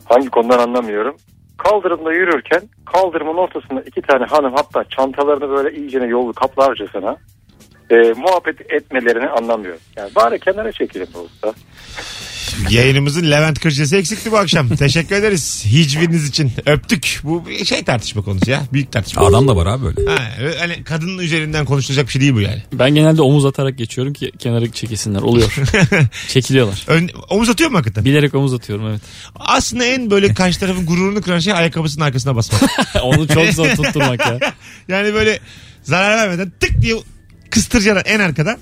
Hangi konudan anlamıyorum. Kaldırımda yürürken kaldırımın ortasında iki tane hanım hatta çantalarını böyle iyicene yolu kaplarcasına e, muhabbet etmelerini anlamıyorum. Yani bari kenara çekelim bu usta.
Yayınımızın Levent Kırcası eksikti bu akşam. Teşekkür ederiz hicviniz için. Öptük. Bu bir şey tartışma konusu ya. Büyük tartışma.
Adam da var abi böyle.
Ha, hani kadının üzerinden konuşulacak bir şey değil bu yani.
ben genelde omuz atarak geçiyorum ki kenara çekilsinler. Oluyor. Çekiliyorlar.
Ön, omuz atıyor mu hakikaten?
Bilerek omuz atıyorum evet.
Aslında en böyle karşı tarafın gururunu kıran şey ayakkabısının arkasına basmak.
Onu çok zor tutturmak ya.
yani böyle zarar vermeden tık diye kıstıracaksın en arkadan.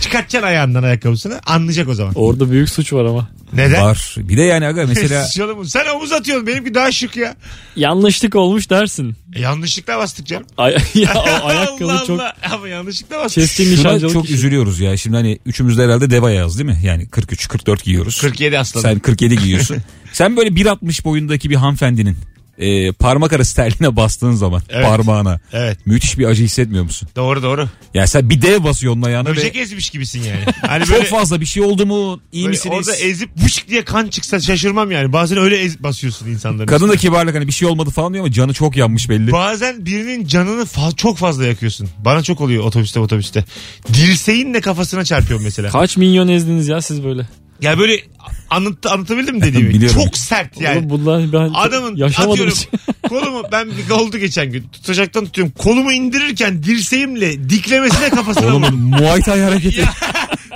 Çıkartacaksın ayağından ayakkabısını. Anlayacak o zaman.
Orada büyük suç var ama.
Neden?
Var. Bir de yani aga mesela
Siz oğlum, Sen omuz atıyorsun. Benimki daha şık ya.
Yanlışlık olmuş dersin.
E, yanlışlıkla bastık canım.
Ay, ya, o ayakkabı
Allah
çok
Allah. Ama yanlışlıkla bastık.
keskin
şuna
nişancılık
çok
işi.
üzülüyoruz ya. Şimdi hani üçümüzde herhalde deva yaz değil mi? Yani 43 44 giyiyoruz.
47 aslanım.
Sen 47 giyiyorsun. Sen böyle 1.60 boyundaki bir hanımefendinin e, parmak arası terliğine bastığın zaman
Evet.
parmağına
Evet
müthiş bir acı hissetmiyor musun?
doğru doğru.
Ya sen bir dev basıyorsun onun ayağına ve
Böcek ezmiş gibisin yani. Hani
çok
böyle,
fazla bir şey oldu mu? İyi
böyle
misiniz?
orada ezip vuşk diye kan çıksa şaşırmam yani. Bazen öyle ez- basıyorsun insanların.
Kadın da kibarlık hani bir şey olmadı falan diyor ama canı çok yanmış belli.
Bazen birinin canını fa- çok fazla yakıyorsun. Bana çok oluyor otobüste otobüste. Dirseğinle kafasına çarpıyor mesela.
Kaç minyon ezdiniz ya siz böyle?
ya böyle anlat, anlatabildim mi dediğimi?
Biliyorum.
çok sert yani.
Oğlum bunlar ben
Adamın
yaşamadım
atıyorum
hiç.
kolumu ben bir oldu geçen gün tutacaktan tutuyorum kolumu indirirken dirseğimle diklemesine kafasına
Oğlum
vurdum.
Muay Thai hareketi.
Ya,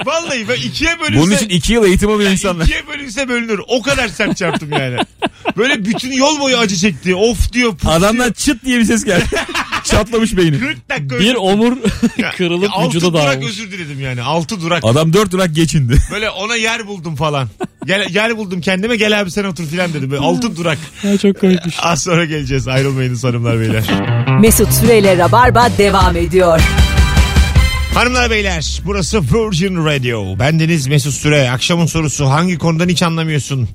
vallahi ben ikiye bölünse
Bunun için 2 yıl eğitim alıyor insanlar.
İkiye bölünse bölünür. O kadar sert çarptım yani. Böyle bütün yol boyu acı çekti. Of diyor. puf
Adamdan çıt diye bir ses geldi. Çatlamış beyni.
diyor. 40 dakika
Bir omur
Ya,
kırılıp
altı
vücuda
durak
dağılmış.
özür diledim yani. Altı durak.
Adam 4 durak geçindi.
Böyle ona yer buldum falan. Gel, yer buldum kendime gel abi sen otur filan dedim. Böyle altı durak.
Ya çok komikmiş.
Az sonra geleceğiz. Ayrılmayınız hanımlar beyler.
Mesut Süreyle Rabarba devam ediyor.
Hanımlar beyler burası Virgin Radio. Bendeniz Mesut Süre. Akşamın sorusu hangi konudan hiç anlamıyorsun?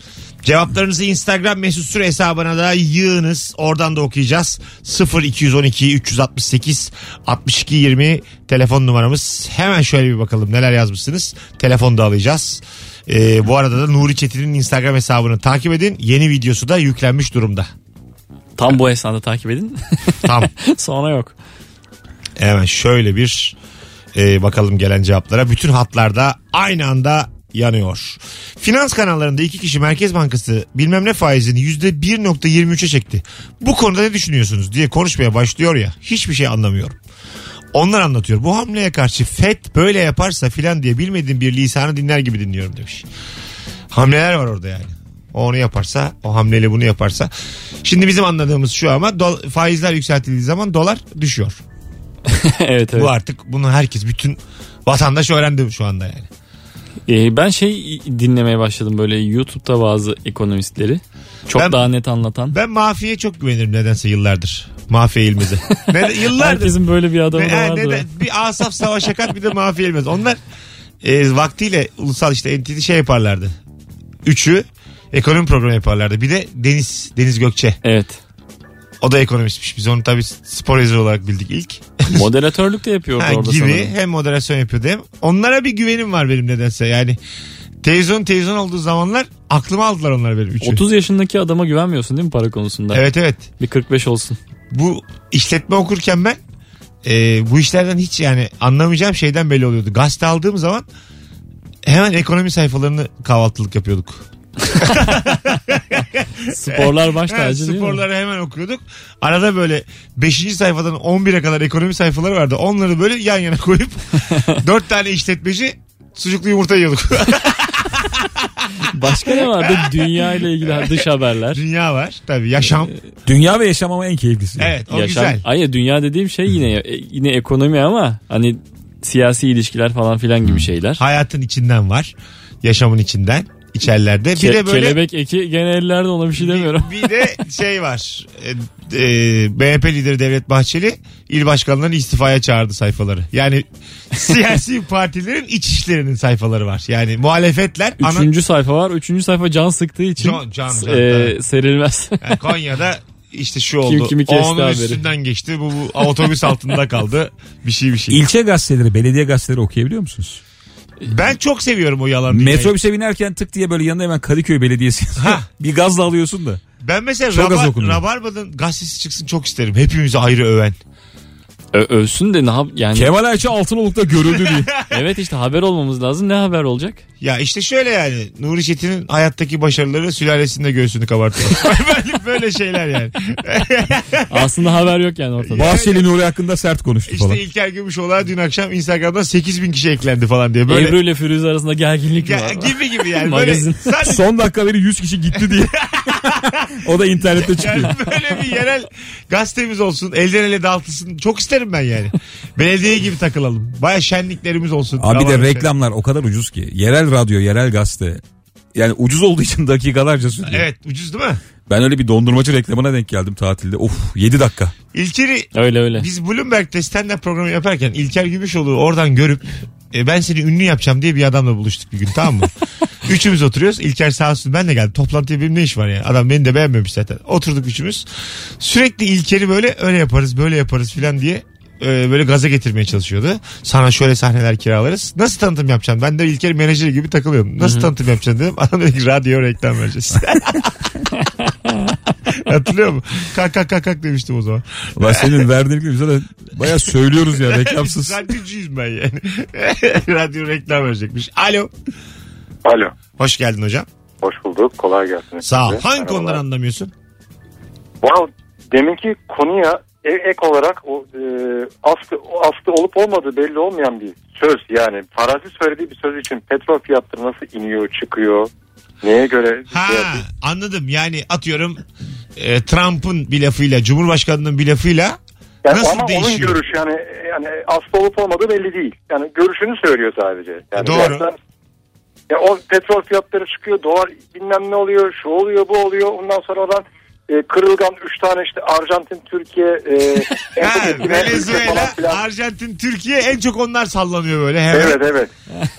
Cevaplarınızı Instagram Mesut Süre hesabına da yığınız. Oradan da okuyacağız. 0212 368 62 20 telefon numaramız. Hemen şöyle bir bakalım neler yazmışsınız. Telefon da alacağız. Ee, bu arada da Nuri Çetin'in Instagram hesabını takip edin. Yeni videosu da yüklenmiş durumda.
Tam bu esnada takip edin.
Tam.
Sonra yok.
Hemen şöyle bir e, bakalım gelen cevaplara. Bütün hatlarda aynı anda yanıyor. Finans kanallarında iki kişi Merkez Bankası bilmem ne faizini %1.23'e çekti. Bu konuda ne düşünüyorsunuz diye konuşmaya başlıyor ya. Hiçbir şey anlamıyorum. Onlar anlatıyor. Bu hamleye karşı FED böyle yaparsa filan diye bilmediğim bir lisanı dinler gibi dinliyorum demiş. Hamleler var orada yani. O onu yaparsa, o hamleyle bunu yaparsa. Şimdi bizim anladığımız şu ama do- faizler yükseltildiği zaman dolar düşüyor.
evet evet.
Bu artık bunu herkes bütün vatandaş öğrendi şu anda yani.
Ee, ben şey dinlemeye başladım böyle YouTube'da bazı ekonomistleri. Çok
Ben-
daha net anlatan.
Ben mafiye çok güvenirim nedense yıllardır. Mafiye ilmize. Ne, yıllardır.
Herkesin böyle bir adamı
Ne,
da
ha,
vardır.
neden- bir Asaf Savaş Akat bir de mafiye ilmez. Onlar e, vaktiyle ulusal işte entity şey yaparlardı. Üçü ekonomi programı yaparlardı. Bir de Deniz, Deniz Gökçe.
Evet.
O da ekonomistmiş. Biz onu tabii spor yazarı olarak bildik ilk.
Moderatörlük de yapıyor
Ha,
orada
gibi
sanırım.
hem moderasyon yapıyordu hem. Onlara bir güvenim var benim nedense yani. Televizyon televizyon olduğu zamanlar aklıma aldılar onlar benim üçü.
30 yaşındaki adama güvenmiyorsun değil mi para konusunda?
Evet evet.
Bir 45 olsun.
Bu işletme okurken ben e, bu işlerden hiç yani anlamayacağım şeyden belli oluyordu. Gazete aldığım zaman hemen ekonomi sayfalarını kahvaltılık yapıyorduk.
Sporlar baş
Ha,
tacı değil mi?
sporları hemen okuyorduk. Arada böyle 5. sayfadan 11'e kadar ekonomi sayfaları vardı. Onları böyle yan yana koyup 4 tane işletmeci sucuklu yumurta yiyorduk.
Başka ne vardı? Dünya ile ilgili dış haberler.
Dünya var tabii yaşam.
Dünya ve yaşam ama en keyiflisi.
Evet o
Ee, Yaşam.
güzel.
Hayır dünya dediğim şey yine e, yine ekonomi ama hani siyasi ilişkiler falan filan gibi şeyler.
Hayatın içinden var. Yaşamın içinden. içerlerde. Bir
Ke-
de böyle
Kelebek eki gene ellerde ona bir şey demiyorum.
bir de şey var. E, e, BHP lideri Devlet Bahçeli il başkanlarını istifaya çağırdı sayfaları. Yani siyasi partilerin iç işlerinin sayfaları var. Yani muhalefetler ana-
Üçüncü sayfa var. Üçüncü sayfa can sıktığı için
Can- can-
s-
can,
e,
tabii.
serilmez.
Yani Konya'da işte şu oldu.
Kim kimi kesti
Onun
haberi.
üstünden geçti. Bu, bu otobüs altında kaldı. Bir şey bir şey.
İlçe gazeteleri, belediye gazeteleri okuyabiliyor musunuz?
Ben çok seviyorum o yalan dünyayı.
Metrobüse binerken tık diye böyle yanına hemen Kadıköy Belediyesi. bir gazla alıyorsun da.
Ben mesela
Çok az
Rabar,
okunuyor.
Rabarba'nın gazetesi çıksın çok isterim. Hepimizi ayrı öven.
Ö- ölsün de ne yap yani.
Kemal Ayça Altınoluk'ta görüldü diye.
evet işte haber olmamız lazım. Ne haber olacak?
Ya işte şöyle yani. Nuri Çetin'in hayattaki başarıları sülalesinde göğsünü kabartıyor. böyle, böyle şeyler yani.
Aslında haber yok yani ortada.
Bahçeli Nuri hakkında sert konuştu falan.
İşte İlker Gümüşoğlu'na dün akşam Instagram'da 8000 kişi eklendi falan diye. Böyle
Ebru ile Firuze arasında gerginlik mi
Ya,
var.
gibi gibi yani. böyle,
Magazin.
sadece
Son dakika biri 100 kişi gitti diye. o da internette çıkıyor.
Yani böyle bir yerel gazetemiz olsun. Elden ele dağıtılsın. Çok isterim ben yani. Belediye gibi takılalım. Baya şenliklerimiz olsun.
Abi de
Tamam.
reklamlar o kadar ucuz ki. Yerel radyo, yerel gazete. Yani ucuz olduğu için dakikalarca sürüyor.
Evet ucuz değil mi?
Ben öyle bir dondurmacı reklamına denk geldim tatilde. Of 7 dakika.
İlker'i
Öyle öyle.
biz Bloomberg'de stand-up programı yaparken İlker Gümüşoğlu oradan görüp e, ben seni ünlü yapacağım diye bir adamla buluştuk bir gün tamam mı? üçümüz oturuyoruz. İlker sağ olsun ben de geldim. Toplantıya benim ne iş var yani? Adam beni de beğenmemiş zaten. Oturduk üçümüz. Sürekli İlker'i böyle öyle yaparız böyle yaparız filan diye e, böyle gaza getirmeye çalışıyordu. Sana şöyle sahneler kiralarız. Nasıl tanıtım yapacaksın? Ben de İlker'in menajeri gibi takılıyorum. Nasıl tanıtım yapacaksın dedim. Adam dedi ki radyo reklam vereceğiz. Hatırlıyor musun? Kalk kalk kalk kalk demiştim o zaman.
Ulan senin verdiğin gibi bize de baya söylüyoruz ya reklamsız.
Radyocuyuz ben yani. Radyo reklam verecekmiş. Alo.
Alo.
Hoş geldin hocam.
Hoş bulduk. Kolay gelsin.
Sağ ol.
Size.
Hangi
Merhabalar.
konuları anlamıyorsun?
Ya deminki konuya e- ek olarak o, e, aslı, o aslı olup olmadığı belli olmayan bir söz yani. Farazi söylediği bir söz için petrol fiyatları nasıl iniyor çıkıyor neye göre
Ha
şey yapıyor?
anladım. Yani atıyorum e, Trump'ın bir lafıyla, Cumhurbaşkanı'nın bir lafıyla
Yani
nasıl
ama onun
değişiyor?
görüşü yani yani aslı olup olmadığı belli değil. Yani görüşünü söylüyor sadece. Yani
Doğru.
biraz da- ya o petrol fiyatları çıkıyor, dolar bilmem ne oluyor, şu oluyor, bu oluyor. Ondan sonra oradan e, kırılgan 3 tane işte Arjantin, Türkiye, e, en çok
Ha,
etkilenen ülke falan
Venezuela,
filan.
Arjantin, Türkiye en çok onlar sallanıyor böyle. Hemen.
Evet evet.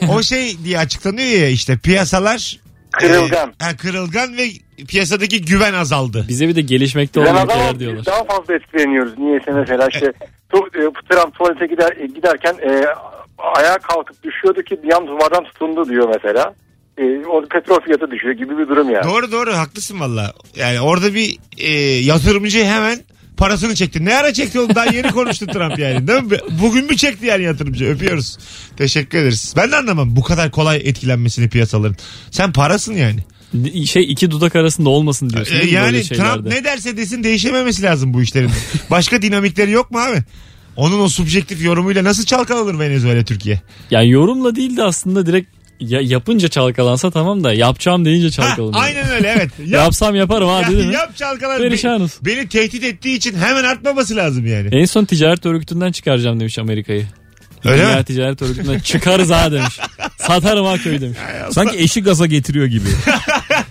O şey diye açıklanıyor ya işte piyasalar
Kırılgan.
Ee,
e, ha, kırılgan ve piyasadaki güven azaldı.
Bize bir de gelişmekte
Ben
olan
adam
ülkeler
biz
diyorlar.
daha fazla etkileniyoruz. Niyeyse mesela işte tu, e, Trump tuvalete gider, e, giderken e, ayağa kalkıp düşüyordu ki bir an duvardan tutundu diyor mesela. E, o petrol fiyatı düşüyor gibi bir durum yani.
Doğru doğru haklısın valla. Yani orada bir e, yatırımcı hemen parasını çekti. Ne ara çekti oğlum daha yeni konuştu Trump yani değil mi? Bugün mü çekti yani yatırımcı öpüyoruz. Teşekkür ederiz. Ben de anlamam bu kadar kolay etkilenmesini piyasaların. Sen parasın yani.
Di- Şey iki dudak arasında olmasın diyorsun.
E,
değil mi
yani
Şey böyle
Trump
şeylerde?
ne derse desin değişememesi lazım bu işlerin. Başka dinamikleri yok mu abi? Onun o subjektif yorumuyla nasıl çalkalanır Venezuela Türkiye?
Yani yorumla değil de aslında direkt ya- yapınca çalkalansa tamam da yapacağım deyince
Ha,
çalkalanıyor.
aynen öyle evet. Yap,
Yapsam yaparım ha değil
yap,
mi?
yap çalkalan.
Perişanız.
Beni, beni tehdit ettiği için hemen artmaması lazım yani.
En son ticaret örgütünden çıkaracağım demiş Amerika'yı.
Öyle
Dünya
mi?
ticaret örgütünden çıkarız ha demiş. Satarım ha köyü demiş.
Sanki eşi gaza getiriyor gibi.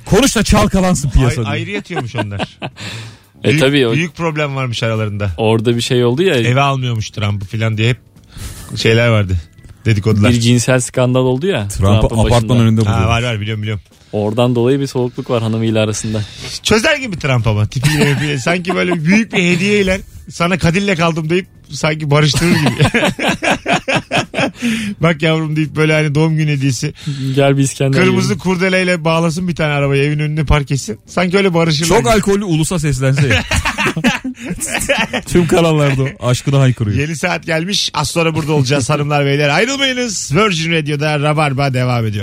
Konuş da çalkalansın piyasa
Ay,
diye.
ayrı yatıyormuş onlar.
E
büyük,
tabii o-
büyük problem varmış aralarında.
orada bir şey oldu ya.
Eve almıyormuş Trump'ı falan diye hep şeyler vardı. Dedikodular.
Bir cinsel skandal oldu ya.
Trump'ı
Trump'ın
apartman
başında.
önünde
Ha,
buluyor.
var var biliyorum biliyorum.
Oradan dolayı bir soğukluk var hanımıyla arasında.
Çözer gibi Trump ama tipiyle öpüyle. Sanki böyle büyük bir hediyeyle sana kadille kaldım deyip sanki barıştırır gibi. Bak yavrum deyip böyle hani doğum günü hediyesi.
Gel biz kendine.
Kırmızı
gelelim.
kurdeleyle bağlasın bir tane arabayı evin önünde park etsin. Sanki öyle barışırlar.
Çok alkollü ulusa seslense. ya. Tüm kanallarda o. Aşkını haykırıyor.
Yeni saat gelmiş. Az sonra burada olacağız hanımlar beyler. Ayrılmayınız. Virgin Radio'da Rabarba devam ediyor.